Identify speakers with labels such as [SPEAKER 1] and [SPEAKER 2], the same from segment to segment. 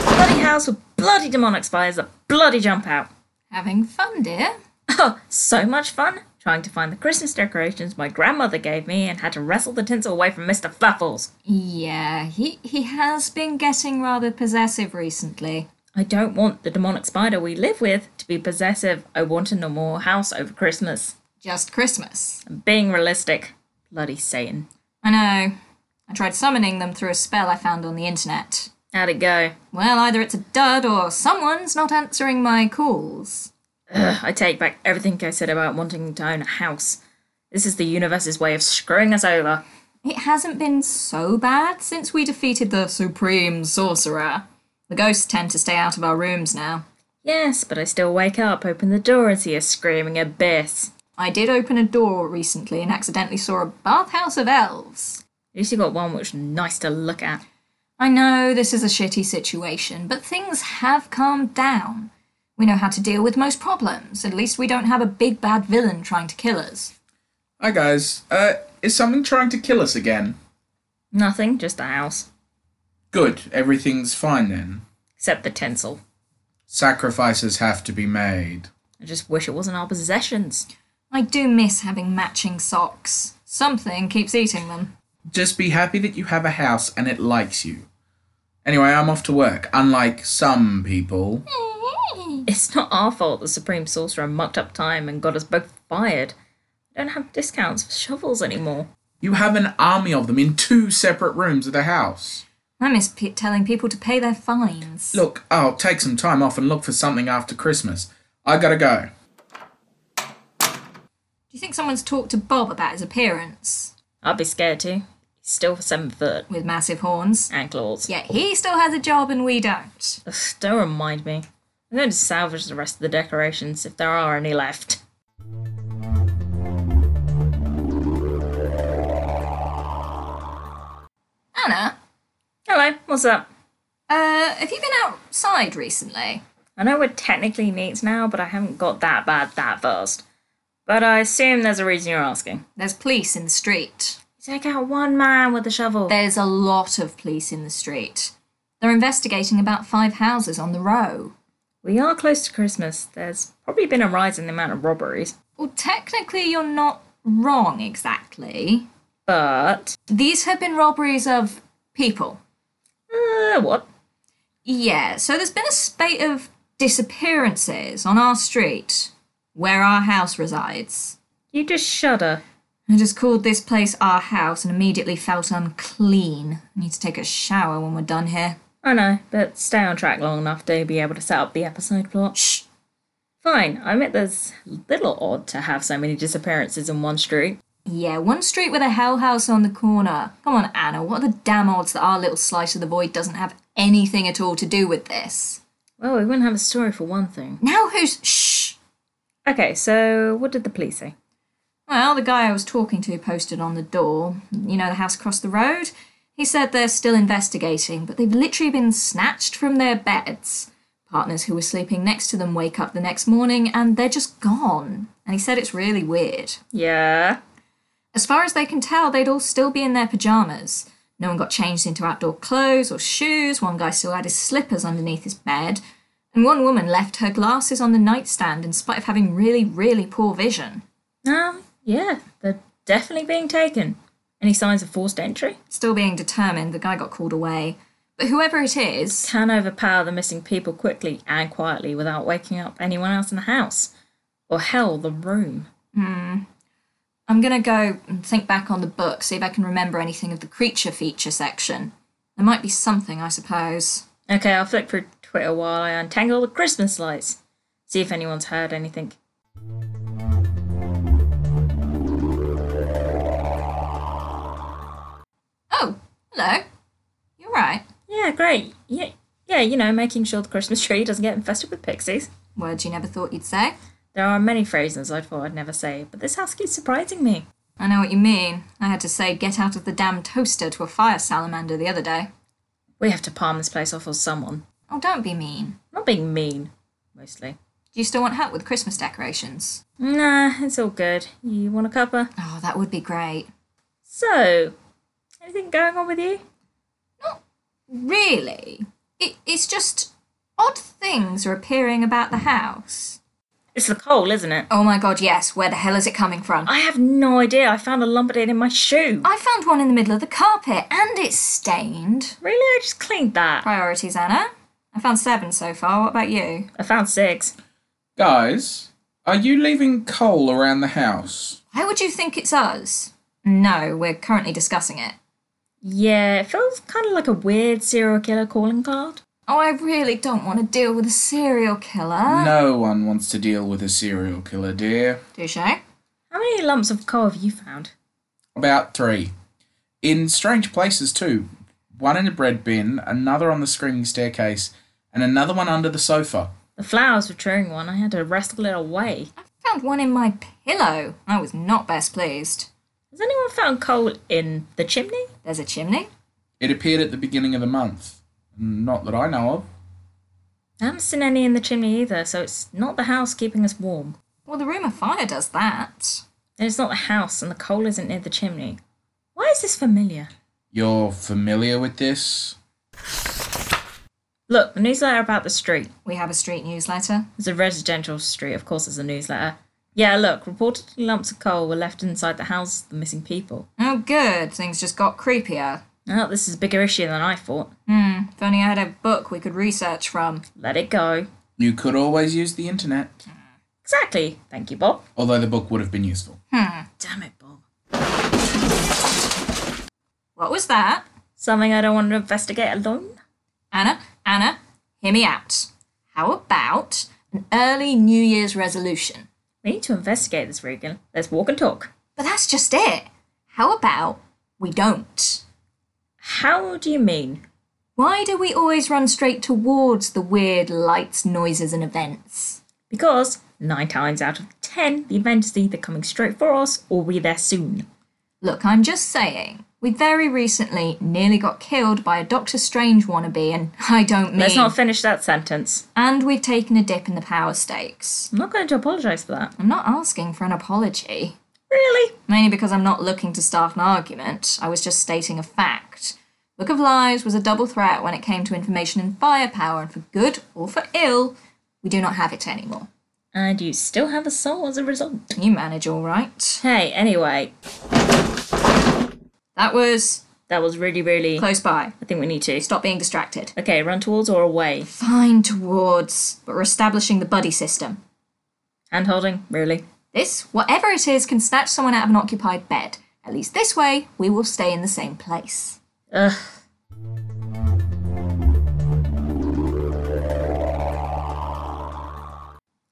[SPEAKER 1] house with bloody demonic spiders that bloody jump out.
[SPEAKER 2] Having fun, dear?
[SPEAKER 1] Oh, so much fun trying to find the Christmas decorations my grandmother gave me and had to wrestle the tinsel away from Mr. Fluffles.
[SPEAKER 2] Yeah, he, he has been getting rather possessive recently.
[SPEAKER 1] I don't want the demonic spider we live with to be possessive. I want a normal house over Christmas.
[SPEAKER 2] Just Christmas.
[SPEAKER 1] I'm being realistic. Bloody Satan.
[SPEAKER 2] I know. I tried summoning them through a spell I found on the internet.
[SPEAKER 1] How'd it go?
[SPEAKER 2] Well, either it's a dud or someone's not answering my calls.
[SPEAKER 1] Ugh, I take back everything I said about wanting to own a house. This is the universe's way of screwing us over.
[SPEAKER 2] It hasn't been so bad since we defeated the Supreme Sorcerer. The ghosts tend to stay out of our rooms now.
[SPEAKER 1] Yes, but I still wake up, open the door, and see a screaming abyss.
[SPEAKER 2] I did open a door recently and accidentally saw a bathhouse of elves.
[SPEAKER 1] At least you got one which is nice to look at.
[SPEAKER 2] I know this is a shitty situation, but things have calmed down. We know how to deal with most problems. At least we don't have a big bad villain trying to kill us.
[SPEAKER 3] Hi guys. Uh, is something trying to kill us again?
[SPEAKER 1] Nothing, just a house.
[SPEAKER 3] Good. Everything's fine then.
[SPEAKER 1] Except the tinsel.
[SPEAKER 3] Sacrifices have to be made.
[SPEAKER 1] I just wish it wasn't our possessions.
[SPEAKER 2] I do miss having matching socks. Something keeps eating them.
[SPEAKER 3] Just be happy that you have a house and it likes you. Anyway, I'm off to work. Unlike some people.
[SPEAKER 1] It's not our fault the Supreme Sorcerer mucked up time and got us both fired. I don't have discounts for shovels anymore.
[SPEAKER 3] You have an army of them in two separate rooms of the house.
[SPEAKER 2] I miss pe- telling people to pay their fines.
[SPEAKER 3] Look, I'll take some time off and look for something after Christmas. I gotta go.
[SPEAKER 2] Do you think someone's talked to Bob about his appearance?
[SPEAKER 1] I'd be scared too. He's still seven foot
[SPEAKER 2] With massive horns?
[SPEAKER 1] and claws.
[SPEAKER 2] Yet he still has a job and we don't.
[SPEAKER 1] Ugh, don't remind me. I'm going to salvage the rest of the decorations if there are any left.
[SPEAKER 2] Anna,
[SPEAKER 1] Hello, what's up?
[SPEAKER 2] uh, have you been outside recently?
[SPEAKER 1] I know we're technically neat now, but I haven't got that bad that fast. But I assume there's a reason you're asking.
[SPEAKER 2] There's police in the street.
[SPEAKER 1] Take out one man with a shovel.
[SPEAKER 2] There's a lot of police in the street. They're investigating about five houses on the row.
[SPEAKER 1] We are close to Christmas. There's probably been a rise in the amount of robberies.
[SPEAKER 2] Well, technically, you're not wrong exactly.
[SPEAKER 1] But.
[SPEAKER 2] These have been robberies of people.
[SPEAKER 1] Uh, what?
[SPEAKER 2] Yeah, so there's been a spate of disappearances on our street where our house resides.
[SPEAKER 1] You just shudder.
[SPEAKER 2] I just called this place our house and immediately felt unclean. I need to take a shower when we're done here.
[SPEAKER 1] I know, but stay on track long enough to be able to set up the episode plot.
[SPEAKER 2] Shh.
[SPEAKER 1] Fine, I admit there's a little odd to have so many disappearances in one street.
[SPEAKER 2] Yeah, one street with a hell house on the corner. Come on, Anna, what are the damn odds that our little slice of the void doesn't have anything at all to do with this?
[SPEAKER 1] Well, we wouldn't have a story for one thing.
[SPEAKER 2] Now who's. Shh!
[SPEAKER 1] Okay, so what did the police say?
[SPEAKER 2] Well, the guy I was talking to posted on the door, you know, the house across the road. He said they're still investigating, but they've literally been snatched from their beds. Partners who were sleeping next to them wake up the next morning and they're just gone. And he said it's really weird.
[SPEAKER 1] Yeah.
[SPEAKER 2] As far as they can tell, they'd all still be in their pajamas. No one got changed into outdoor clothes or shoes. One guy still had his slippers underneath his bed. And one woman left her glasses on the nightstand in spite of having really, really poor vision.
[SPEAKER 1] Um, yeah, they're definitely being taken. Any signs of forced entry?
[SPEAKER 2] Still being determined, the guy got called away. But whoever it is,
[SPEAKER 1] Can overpower the missing people quickly and quietly without waking up anyone else in the house. Or hell, the room.
[SPEAKER 2] I'm gonna go and think back on the book, see if I can remember anything of the creature feature section. There might be something, I suppose.
[SPEAKER 1] Okay, I'll flick through Twitter while I untangle the Christmas lights. See if anyone's heard anything.
[SPEAKER 2] Oh, hello. You're right.
[SPEAKER 1] Yeah, great. Yeah, yeah, you know, making sure the Christmas tree doesn't get infested with pixies.
[SPEAKER 2] Words you never thought you'd say.
[SPEAKER 1] There are many phrases I thought I'd never say, but this house keeps surprising me.
[SPEAKER 2] I know what you mean. I had to say get out of the damn toaster to a fire salamander the other day.
[SPEAKER 1] We have to palm this place off on someone.
[SPEAKER 2] Oh, don't be mean.
[SPEAKER 1] Not being mean, mostly.
[SPEAKER 2] Do you still want help with Christmas decorations?
[SPEAKER 1] Nah, it's all good. You want a cuppa?
[SPEAKER 2] Oh, that would be great.
[SPEAKER 1] So, anything going on with you?
[SPEAKER 2] Really? It, it's just Odd things are appearing about the house.
[SPEAKER 1] It's the coal, isn't it?
[SPEAKER 2] Oh my god, yes, where the hell is it coming from?
[SPEAKER 1] I have no idea. I found a lump of it in my shoe.
[SPEAKER 2] I found one in the middle of the carpet and it's stained.
[SPEAKER 1] Really? I just cleaned that.
[SPEAKER 2] Priorities, Anna. I found seven so far. What about you?
[SPEAKER 1] I found six.
[SPEAKER 3] Guys, are you leaving coal around the house?
[SPEAKER 2] Why would you think it's us? No, we're currently discussing it.
[SPEAKER 1] Yeah, it feels kind of like a weird serial killer calling card.
[SPEAKER 2] Oh, I really don't want to deal with a serial killer.
[SPEAKER 3] No one wants to deal with a serial killer, dear.
[SPEAKER 2] Touche.
[SPEAKER 1] How many lumps of coal have you found?
[SPEAKER 3] About three. In strange places, too. One in a bread bin, another on the screaming staircase, and another one under the sofa.
[SPEAKER 1] The flowers were chewing one. I had to wrestle it away.
[SPEAKER 2] I found one in my pillow. I was not best pleased.
[SPEAKER 1] Has anyone found coal in the chimney?
[SPEAKER 2] There's a chimney.
[SPEAKER 3] It appeared at the beginning of the month. Not that I know of.
[SPEAKER 1] I haven't seen any in the chimney either, so it's not the house keeping us warm.
[SPEAKER 2] Well, the room of fire does that.
[SPEAKER 1] And it's not the house, and the coal isn't near the chimney. Why is this familiar?
[SPEAKER 3] You're familiar with this?
[SPEAKER 1] Look, the newsletter about the street.
[SPEAKER 2] We have a street newsletter.
[SPEAKER 1] It's a residential street, of course, it's a newsletter. Yeah, look, reportedly lumps of coal were left inside the houses of the missing people.
[SPEAKER 2] Oh, good. Things just got creepier.
[SPEAKER 1] Now, this is a bigger issue than I thought.
[SPEAKER 2] Hmm. If only I had a book we could research from.
[SPEAKER 1] Let it go.
[SPEAKER 3] You could always use the internet,
[SPEAKER 1] Exactly. Thank you, Bob.
[SPEAKER 3] although the book would have been useful.
[SPEAKER 1] Damn it, Bob.
[SPEAKER 2] What was that?
[SPEAKER 1] Something I don't want to investigate alone?
[SPEAKER 2] Anna, Anna, hear me out. How about an early New Year's resolution?
[SPEAKER 1] We need to investigate this, Regan. Let's walk and talk.
[SPEAKER 2] But that's just it. How about we don't?
[SPEAKER 1] How do you mean?
[SPEAKER 2] Why do we always run straight towards the weird lights, noises, and events?
[SPEAKER 1] Because nine times out of ten, the event is either coming straight for us or we're there soon.
[SPEAKER 2] Look, I'm just saying, we very recently nearly got killed by a Doctor Strange wannabe, and I don't mean.
[SPEAKER 1] Let's not finish that sentence.
[SPEAKER 2] and we've taken a dip in the power stakes.
[SPEAKER 1] I'm not going to apologise for that.
[SPEAKER 2] I'm not asking for an apology.
[SPEAKER 1] Really?
[SPEAKER 2] Mainly because I'm not looking to start an argument, I was just stating a fact. Book of Lies was a double threat when it came to information and firepower, and for good or for ill, we do not have it anymore.
[SPEAKER 1] And you still have a soul as a result.
[SPEAKER 2] You manage all right.
[SPEAKER 1] Hey, anyway,
[SPEAKER 2] That was
[SPEAKER 1] that was really, really.
[SPEAKER 2] close by.
[SPEAKER 1] I think we need to.
[SPEAKER 2] Stop being distracted.
[SPEAKER 1] Okay, run towards or away.
[SPEAKER 2] Fine towards, but we're establishing the buddy system.
[SPEAKER 1] Hand holding, really.
[SPEAKER 2] This, whatever it is, can snatch someone out of an occupied bed. At least this way, we will stay in the same place.
[SPEAKER 1] Ugh.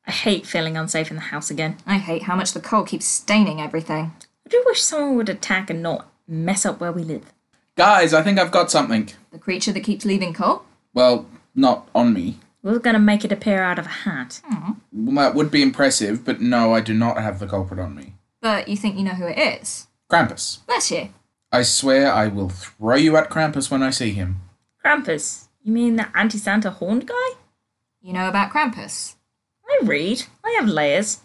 [SPEAKER 1] I hate feeling unsafe in the house again.
[SPEAKER 2] I hate how much the coal keeps staining everything.
[SPEAKER 1] I do wish someone would attack and not mess up where we live.
[SPEAKER 3] Guys, I think I've got something.
[SPEAKER 2] The creature that keeps leaving coal?
[SPEAKER 3] Well, not on me.
[SPEAKER 1] We're gonna make it appear out of a hat.
[SPEAKER 3] Well, that would be impressive, but no, I do not have the culprit on me.
[SPEAKER 2] But you think you know who it is.
[SPEAKER 3] Krampus.
[SPEAKER 2] Bless you.
[SPEAKER 3] I swear I will throw you at Krampus when I see him.
[SPEAKER 1] Krampus, you mean the anti Santa horned guy?
[SPEAKER 2] You know about Krampus.
[SPEAKER 1] I read. I have layers.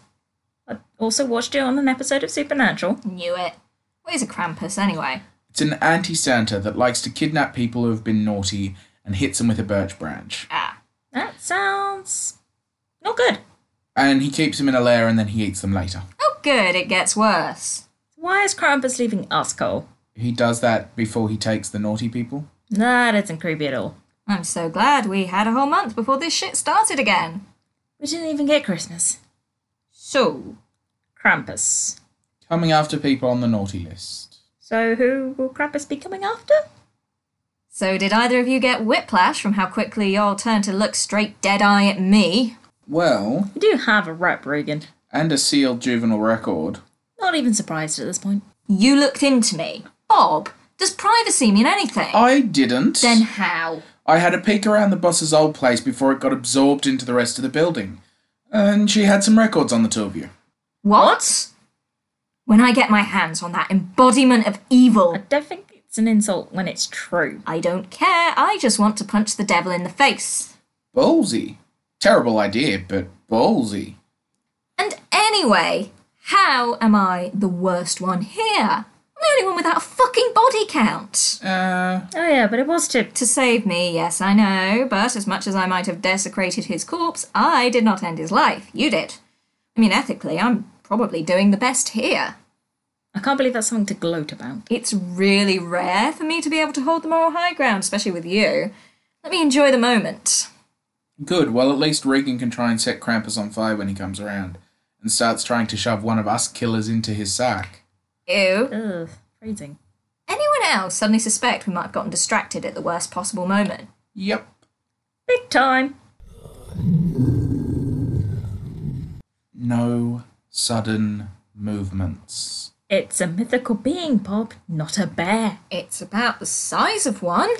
[SPEAKER 1] I also watched it on an episode of Supernatural.
[SPEAKER 2] Knew it. What is a Krampus anyway?
[SPEAKER 3] It's an anti Santa that likes to kidnap people who have been naughty and hits them with a birch branch.
[SPEAKER 2] Ah.
[SPEAKER 1] That sounds not good.
[SPEAKER 3] And he keeps them in a lair and then he eats them later.
[SPEAKER 2] Oh, good, it gets worse.
[SPEAKER 1] Why is Krampus leaving us Cole?
[SPEAKER 3] He does that before he takes the naughty people.
[SPEAKER 1] That isn't creepy at all.
[SPEAKER 2] I'm so glad we had a whole month before this shit started again.
[SPEAKER 1] We didn't even get Christmas.
[SPEAKER 2] So,
[SPEAKER 1] Krampus.
[SPEAKER 3] Coming after people on the naughty list.
[SPEAKER 1] So who will Krampus be coming after?
[SPEAKER 2] So, did either of you get whiplash from how quickly y'all turned to look straight dead eye at me?
[SPEAKER 3] Well,
[SPEAKER 1] We do have a rep, Regan.
[SPEAKER 3] and a sealed juvenile record.
[SPEAKER 1] Not even surprised at this point.
[SPEAKER 2] You looked into me. Bob, does privacy mean anything?
[SPEAKER 3] I didn't.
[SPEAKER 2] Then how?
[SPEAKER 3] I had a peek around the boss's old place before it got absorbed into the rest of the building. And she had some records on the two of you.
[SPEAKER 2] What? When I get my hands on that embodiment of
[SPEAKER 1] I
[SPEAKER 2] evil,
[SPEAKER 1] don't think it's an insult when it's true.
[SPEAKER 2] I don't care. I just want to punch the devil in the face.
[SPEAKER 3] Ballsy. Terrible idea, but ballsy.
[SPEAKER 2] And anyway, how am I the worst one here? I the only one without a fucking body count.
[SPEAKER 3] Uh,
[SPEAKER 1] Oh, yeah, but it was to.
[SPEAKER 2] To save me, yes, I know, but as much as I might have desecrated his corpse, I did not end his life. You did. I mean, ethically, I'm probably doing the best here.
[SPEAKER 1] I can't believe that's something to gloat about.
[SPEAKER 2] It's really rare for me to be able to hold the moral high ground, especially with you. Let me enjoy the moment.
[SPEAKER 3] good. Well, at least Regan can try and set Krampus on fire when he comes around and starts trying to shove one of us killers into his sack.
[SPEAKER 2] Ew.
[SPEAKER 1] Ugh, freezing.
[SPEAKER 2] Anyone else suddenly suspect we might have gotten distracted at the worst possible moment?
[SPEAKER 3] Yep.
[SPEAKER 1] Big time.
[SPEAKER 3] No sudden movements.
[SPEAKER 1] It's a mythical being, Bob, not a bear.
[SPEAKER 2] It's about the size of one.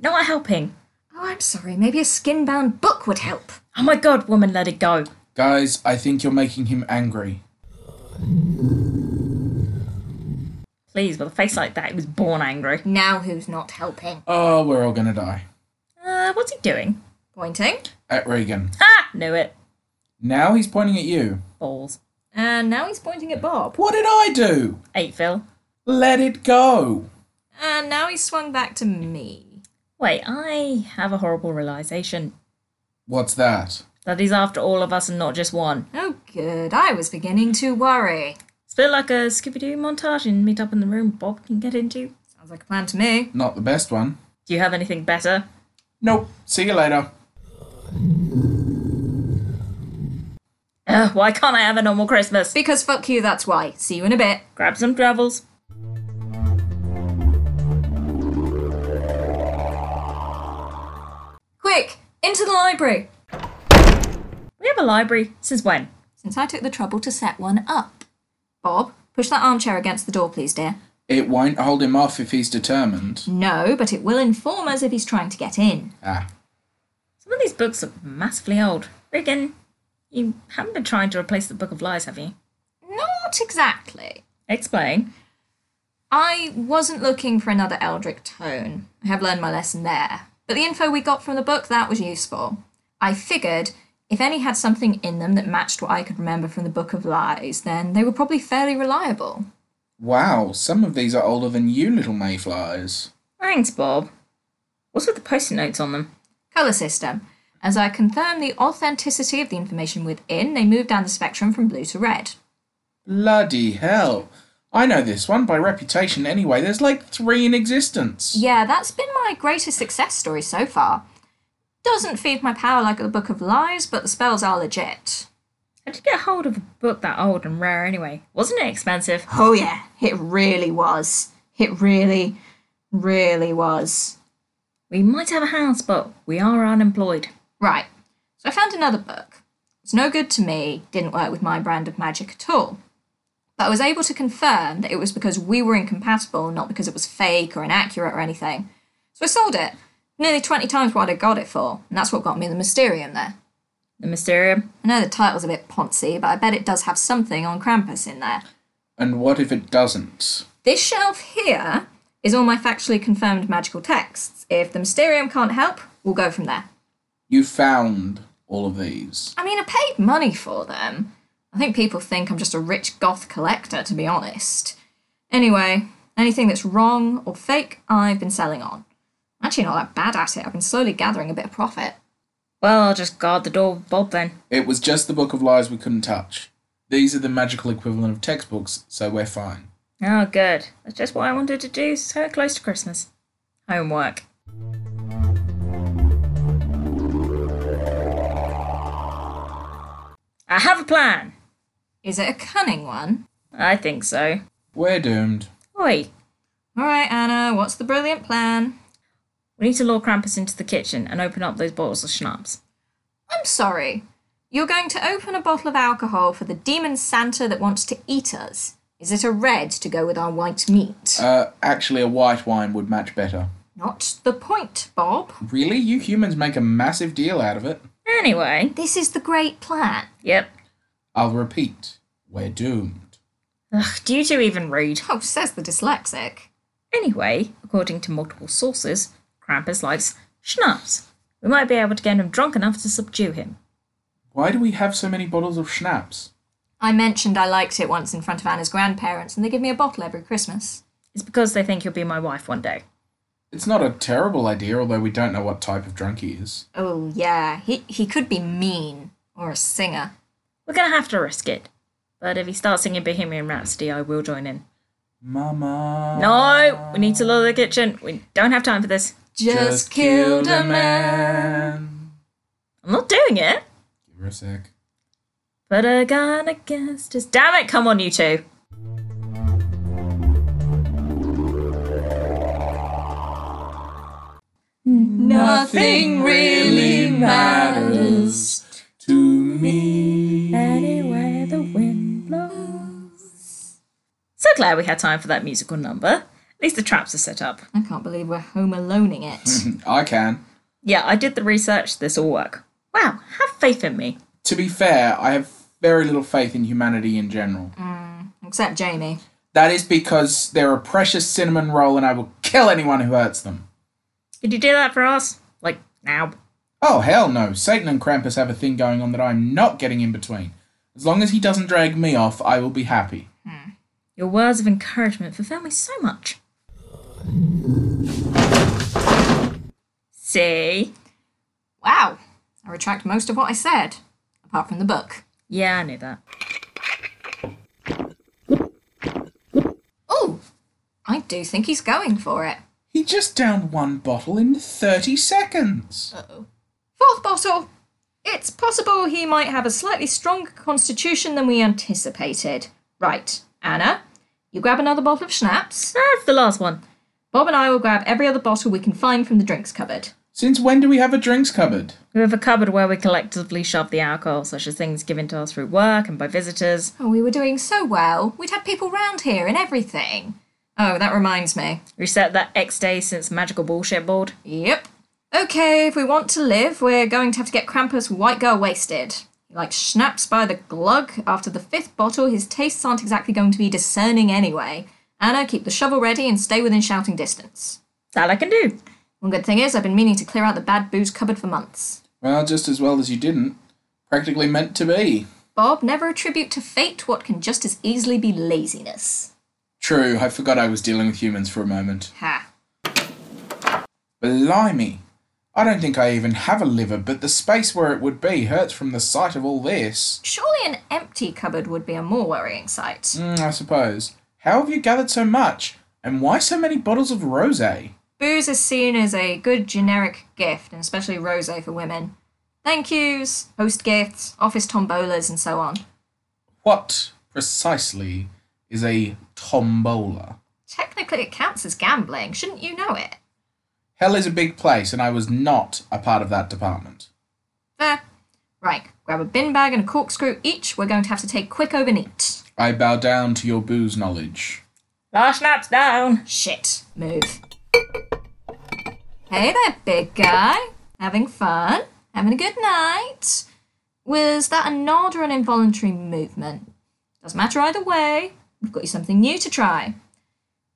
[SPEAKER 1] Not helping.
[SPEAKER 2] Oh, I'm sorry, maybe a skin bound book would help.
[SPEAKER 1] Oh my god, woman, let it go.
[SPEAKER 3] Guys, I think you're making him angry.
[SPEAKER 1] Please, with a face like that, he was born angry.
[SPEAKER 2] Now who's not helping?
[SPEAKER 3] Oh, we're all gonna die.
[SPEAKER 1] Uh, what's he doing?
[SPEAKER 2] Pointing.
[SPEAKER 3] At Regan.
[SPEAKER 1] Ah, knew it.
[SPEAKER 3] Now he's pointing at you.
[SPEAKER 1] Balls.
[SPEAKER 2] And now he's pointing at Bob.
[SPEAKER 3] What did I do?
[SPEAKER 1] Eight, Phil.
[SPEAKER 3] Let it go.
[SPEAKER 2] And now he's swung back to me.
[SPEAKER 1] Wait, I have a horrible realization
[SPEAKER 3] What's that?
[SPEAKER 1] that he's after all of us and not just one.
[SPEAKER 2] Oh, good. I was beginning to worry.
[SPEAKER 1] It's a bit like a Scooby Doo montage and meet up in the room Bob can get into.
[SPEAKER 2] Sounds like a plan to me.
[SPEAKER 3] Not the best one.
[SPEAKER 1] Do you have anything better?
[SPEAKER 3] Nope. See you later.
[SPEAKER 1] Ugh, why can't I have a normal Christmas?
[SPEAKER 2] Because fuck you, that's why. See you in a bit.
[SPEAKER 1] Grab some travels.
[SPEAKER 2] Quick, into the library.
[SPEAKER 1] We have a library. Since when?
[SPEAKER 2] Since I took the trouble to set one up. Bob, push that armchair against the door, please, dear.
[SPEAKER 3] It won't hold him off if he's determined.
[SPEAKER 2] No, but it will inform us if he's trying to get in.
[SPEAKER 3] Ah.
[SPEAKER 1] Some of these books look massively old. Regan, you haven't been trying to replace the Book of Lies, have you?
[SPEAKER 2] Not exactly.
[SPEAKER 1] Explain.
[SPEAKER 2] I wasn't looking for another Eldric tone. I have learned my lesson there. But the info we got from the book, that was useful. I figured if any had something in them that matched what I could remember from the Book of Lies, then they were probably fairly reliable.
[SPEAKER 3] Wow, some of these are older than you, little mayflies.
[SPEAKER 1] Thanks, Bob. What's with the post-it notes on them?
[SPEAKER 2] Colour system. As I confirmed the authenticity of the information within, they moved down the spectrum from blue to red.
[SPEAKER 3] Bloody hell. I know this one by reputation anyway. There's like three in existence.
[SPEAKER 2] Yeah, that's been my greatest success story so far. Doesn't feed my power like the Book of Lies, but the spells are legit.
[SPEAKER 1] How'd you get hold of a book that old and rare anyway? Wasn't it expensive?
[SPEAKER 2] Oh yeah, it really was. It really, really was.
[SPEAKER 1] We might have a house, but we are unemployed.
[SPEAKER 2] Right. So I found another book. It's no good to me, didn't work with my brand of magic at all. But I was able to confirm that it was because we were incompatible, not because it was fake or inaccurate or anything. So I sold it. Nearly 20 times what I got it for, and that's what got me the Mysterium there.
[SPEAKER 1] The Mysterium.
[SPEAKER 2] I know the title's a bit poncy, but I bet it does have something on Krampus in there.
[SPEAKER 3] And what if it doesn't?
[SPEAKER 2] This shelf here is all my factually confirmed magical texts. If the Mysterium can't help, we'll go from there.
[SPEAKER 3] You found all of these.
[SPEAKER 2] I mean, I paid money for them. I think people think I'm just a rich goth collector, to be honest. Anyway, anything that's wrong or fake, I've been selling on. I'm actually not that bad at it. I've been slowly gathering a bit of profit.
[SPEAKER 1] Well, I'll just guard the door with Bob then.
[SPEAKER 3] It was just the book of lies we couldn't touch. These are the magical equivalent of textbooks, so we're fine.
[SPEAKER 1] Oh, good. That's just what I wanted to do so close to Christmas. Homework. I have a plan.
[SPEAKER 2] Is it a cunning one?
[SPEAKER 1] I think so.
[SPEAKER 3] We're doomed.
[SPEAKER 1] Oi,
[SPEAKER 2] All right, Anna, what's the brilliant plan?
[SPEAKER 1] we need to lure Krampus into the kitchen and open up those bottles of schnapps.
[SPEAKER 2] I'm sorry. You're going to open a bottle of alcohol for the demon Santa that wants to eat us. Is it a red to go with our white meat?
[SPEAKER 3] Uh, actually, a white wine would match better.
[SPEAKER 2] Not the point, Bob.
[SPEAKER 3] Really? You humans make a massive deal out of it.
[SPEAKER 1] Anyway,
[SPEAKER 2] This is the great plan.
[SPEAKER 1] yep.
[SPEAKER 3] I'll repeat. We're doomed.
[SPEAKER 1] Ugh, do you two even read?
[SPEAKER 2] Oh, says the dyslexic.
[SPEAKER 1] Anyway, according to multiple sources, Krampus likes schnapps. We might be able to get him drunk enough to subdue him.
[SPEAKER 3] Why do we have so many bottles of schnapps?
[SPEAKER 2] I mentioned I liked it once in front of Anna's grandparents, and they give me a bottle every Christmas.
[SPEAKER 1] It's because they think you'll be my wife one day.
[SPEAKER 3] It's not a terrible idea, although we don't know what type of drunk he is.
[SPEAKER 2] Oh, yeah, he, he could be mean or a singer.
[SPEAKER 1] We're gonna have to risk it. But if he starts singing Bohemian Rhapsody, I will join in.
[SPEAKER 3] Mama.
[SPEAKER 1] No, we need to lower the kitchen. We don't have time for this.
[SPEAKER 2] Just, killed a man.
[SPEAKER 1] I'm not doing it.
[SPEAKER 3] Give her a sec.
[SPEAKER 1] But I got a guess. Just damn it! Come on, you two.
[SPEAKER 2] Nothing really matters.
[SPEAKER 3] to me.
[SPEAKER 1] Anywhere the wind blows. So glad we had time for that musical number. At least the traps are set up.
[SPEAKER 2] I can't believe we're home aloneing it.
[SPEAKER 3] I can.
[SPEAKER 1] Yeah, I did the research. This will work. Wow, have faith in me.
[SPEAKER 3] To be fair, I have very little faith in humanity in general.
[SPEAKER 2] Except Jamie.
[SPEAKER 3] That is because they're a precious cinnamon roll and I will kill anyone who hurts them.
[SPEAKER 1] Could you do that for us? Like now?
[SPEAKER 3] Oh, hell no. Satan and Krampus have a thing going on that I'm not getting in between. As long as he doesn't drag me off, I will be happy.
[SPEAKER 1] Your words of encouragement fulfill me so much. See?
[SPEAKER 2] Wow, I retract most of what I said, apart from the book.
[SPEAKER 1] Yeah, I knew that.
[SPEAKER 2] Oh, I do think he's going for it.
[SPEAKER 3] He just downed one bottle in 30 seconds.
[SPEAKER 2] Uh-oh. Fourth bottle. It's possible he might have a slightly stronger constitution than we anticipated. Right, Anna, you grab another bottle of schnapps.
[SPEAKER 1] That's the last one.
[SPEAKER 2] Bob and I will grab every other bottle we can find from the drinks cupboard.
[SPEAKER 3] Since when do we have a drinks cupboard?
[SPEAKER 1] We have a cupboard where we collectively shove the alcohol, such as things given to us through work and by visitors.
[SPEAKER 2] Oh, we were doing so well. We'd had people round here and everything. Oh, that reminds me.
[SPEAKER 1] We set that X day since magical bullshit board.
[SPEAKER 2] Yep. Okay, if we want to live, we're going to have to get Krampus White Girl wasted. He likes schnapps by the glug. After the fifth bottle, his tastes aren't exactly going to be discerning anyway. Anna, keep the shovel ready and stay within shouting distance.
[SPEAKER 1] That I can do.
[SPEAKER 2] One good thing is, I've been meaning to clear out the bad booze cupboard for months.
[SPEAKER 3] Well, just as well as you didn't. Practically meant to be.
[SPEAKER 2] Bob, never attribute to fate what can just as easily be laziness.
[SPEAKER 3] True, I forgot I was dealing with humans for a moment.
[SPEAKER 2] Ha.
[SPEAKER 3] Blimey. I don't think I even have a liver, but the space where it would be hurts from the sight of all this.
[SPEAKER 2] Surely an empty cupboard would be a more worrying sight.
[SPEAKER 3] Mm, I suppose. How have you gathered so much? And why so many bottles of rose?
[SPEAKER 2] Booze is seen as a good generic gift, and especially rosé for women. Thank yous, host gifts, office tombolas, and so on.
[SPEAKER 3] What precisely is a tombola?
[SPEAKER 2] Technically, it counts as gambling. Shouldn't you know it?
[SPEAKER 3] Hell is a big place, and I was not a part of that department.
[SPEAKER 2] There. Right, grab a bin bag and a corkscrew each. We're going to have to take quick over neat.
[SPEAKER 3] I bow down to your booze knowledge.
[SPEAKER 1] Last snaps down.
[SPEAKER 2] Shit. Move. Hey there, big guy. Having fun? Having a good night? Was that a nod or an involuntary movement? Doesn't matter either way. We've got you something new to try.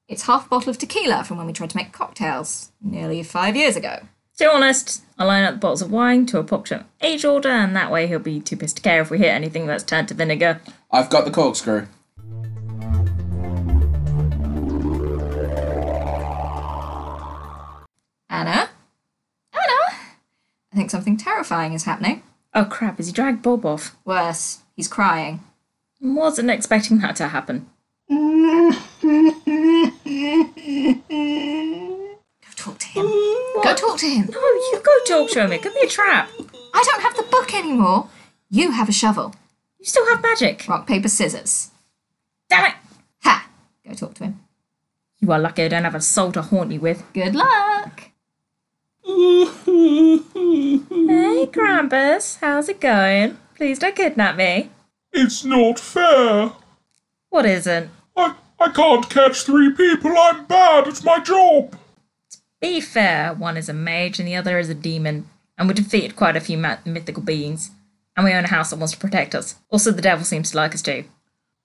[SPEAKER 2] It's half a bottle of tequila from when we tried to make cocktails nearly five years ago.
[SPEAKER 1] To be honest, I line up the bottles of wine to a approximate age order, and that way he'll be too pissed to care if we hit anything that's turned to vinegar.
[SPEAKER 3] I've got the corkscrew.
[SPEAKER 2] Anna? Anna? I think something terrifying is happening.
[SPEAKER 1] Oh crap, has he dragged Bob off?
[SPEAKER 2] Worse, he's crying.
[SPEAKER 1] Wasn't expecting that to happen.
[SPEAKER 2] Go talk to him. Go talk to him.
[SPEAKER 1] No, you go talk to him. It could be a trap.
[SPEAKER 2] I don't have the book anymore. You have a shovel.
[SPEAKER 1] You still have magic.
[SPEAKER 2] Rock, paper, scissors.
[SPEAKER 1] Damn it!
[SPEAKER 2] Ha! Go talk to him.
[SPEAKER 1] You are lucky I don't have a soul to haunt you with.
[SPEAKER 2] Good luck.
[SPEAKER 1] Hey, Krampus, how's it going? Please don't kidnap me.
[SPEAKER 4] It's not fair.
[SPEAKER 1] What isn't?
[SPEAKER 4] I, I can't catch three people. I'm bad at my job.
[SPEAKER 1] Be fair, one is a mage and the other is a demon, and we defeated quite a few ma- mythical beings, and we own a house that wants to protect us. Also, the devil seems to like us too.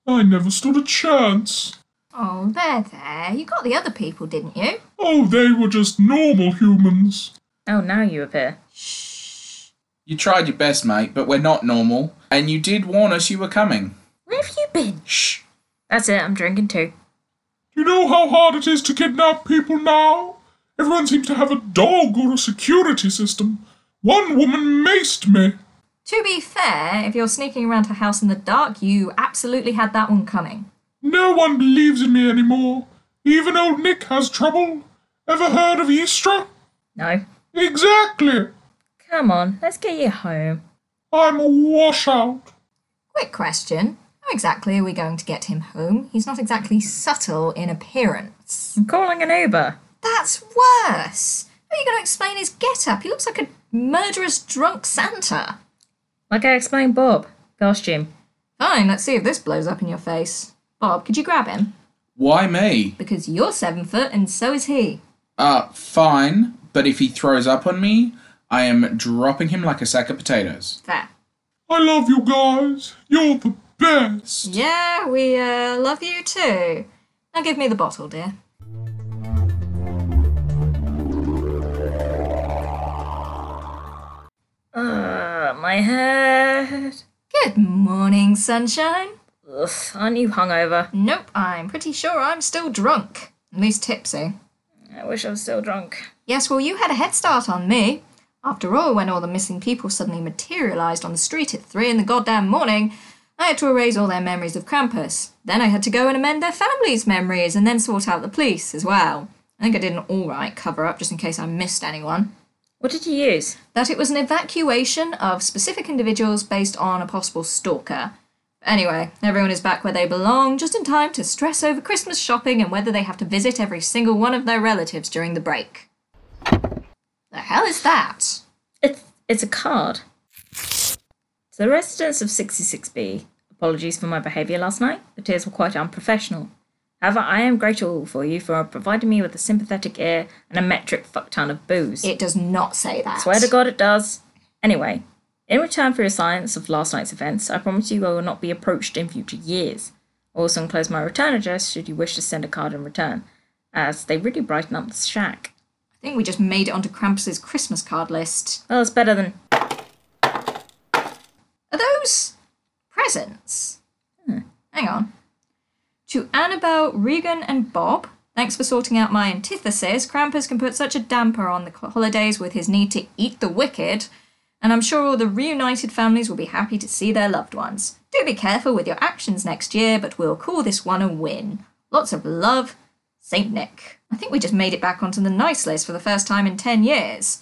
[SPEAKER 4] I never stood a chance.
[SPEAKER 2] Oh, there, there. You got the other people, didn't you?
[SPEAKER 4] Oh, they were just normal humans.
[SPEAKER 1] Oh, now you appear.
[SPEAKER 3] You tried your best, mate, but we're not normal, and you did warn us you were coming.
[SPEAKER 1] Where have you been?
[SPEAKER 3] Shh.
[SPEAKER 1] That's it, I'm drinking too.
[SPEAKER 4] You know how hard it is to kidnap people now? Everyone seems to have a dog or a security system. One woman maced me.
[SPEAKER 2] To be fair, if you're sneaking around her house in the dark, you absolutely had that one coming.
[SPEAKER 4] No one believes in me anymore. Even old Nick has trouble. Ever heard of Easter?
[SPEAKER 1] No.
[SPEAKER 4] Exactly.
[SPEAKER 1] Come on, let's get you home.
[SPEAKER 4] I'm a washout.
[SPEAKER 2] Quick question How exactly are we going to get him home? He's not exactly subtle in appearance.
[SPEAKER 1] I'm calling an Uber.
[SPEAKER 2] That's worse! How are you going to explain his get up? He looks like a murderous drunk Santa.
[SPEAKER 1] Like I explained, Bob. Gosh, Jim.
[SPEAKER 2] Fine, let's see if this blows up in your face. Bob, could you grab him?
[SPEAKER 3] Why me?
[SPEAKER 2] Because you're seven foot and so is he.
[SPEAKER 3] Uh, fine, but if he throws up on me, I am dropping him like a sack of potatoes.
[SPEAKER 2] Fair.
[SPEAKER 4] I love you guys. You're the best.
[SPEAKER 2] Yeah, we uh, love you too. Now give me the bottle, dear.
[SPEAKER 1] Ugh, my head.
[SPEAKER 2] Good morning, sunshine.
[SPEAKER 1] Ugh, aren't you hungover?
[SPEAKER 2] Nope, I'm pretty sure I'm still drunk. At least tipsy.
[SPEAKER 1] I wish I was still drunk.
[SPEAKER 2] Yes, well, you had a head start on me. After all, when all the missing people suddenly materialised on the street at three in the goddamn morning, I had to erase all their memories of Krampus. Then I had to go and amend their families' memories and then sort out the police as well. I think I did an alright cover up just in case I missed anyone.
[SPEAKER 1] What did you use?
[SPEAKER 2] That it was an evacuation of specific individuals based on a possible stalker. Anyway, everyone is back where they belong, just in time to stress over Christmas shopping and whether they have to visit every single one of their relatives during the break. The hell is that?
[SPEAKER 1] It's, it's a card. To the residents of 66B, apologies for my behaviour last night. The tears were quite unprofessional. However, I am grateful for you for providing me with a sympathetic ear and a metric fuckton of booze.
[SPEAKER 2] It does not say that.
[SPEAKER 1] Swear to God it does. Anyway, in return for your silence of last night's events, I promise you I will not be approached in future years. I also enclose my return address should you wish to send a card in return, as they really brighten up the shack.
[SPEAKER 2] I think we just made it onto Krampus's Christmas card list.
[SPEAKER 1] Well, it's better than.
[SPEAKER 2] Are those presents? Hmm, Hang on. To Annabelle, Regan, and Bob, thanks for sorting out my antithesis. Krampus can put such a damper on the cl- holidays with his need to eat the wicked, and I'm sure all the reunited families will be happy to see their loved ones. Do be careful with your actions next year, but we'll call this one a win. Lots of love, St. Nick. I think we just made it back onto the nice list for the first time in 10 years.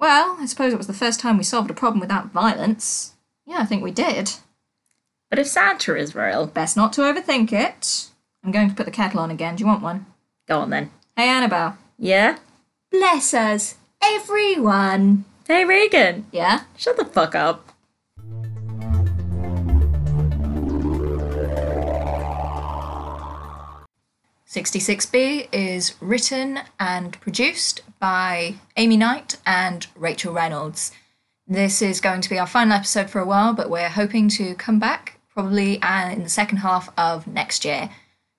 [SPEAKER 2] Well, I suppose it was the first time we solved a problem without violence. Yeah, I think we did.
[SPEAKER 1] But if Santa is real,
[SPEAKER 2] Best not to overthink it. I'm going to put the kettle on again. Do you want one?
[SPEAKER 1] go on then.
[SPEAKER 2] Hey, Annabelle.
[SPEAKER 1] Yeah?
[SPEAKER 2] Bless us, everyone.
[SPEAKER 1] Hey, Regan!
[SPEAKER 2] Yeah?
[SPEAKER 1] Shut the fuck up.
[SPEAKER 2] Sixty-six B is written and produced by Amy Knight and Rachel Reynolds. This is going to be our final episode for a while, but we're hoping to come back probably uh, in the second half of next year.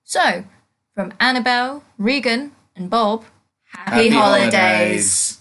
[SPEAKER 2] So, from Annabelle, Regan, and Bob, happy, holidays.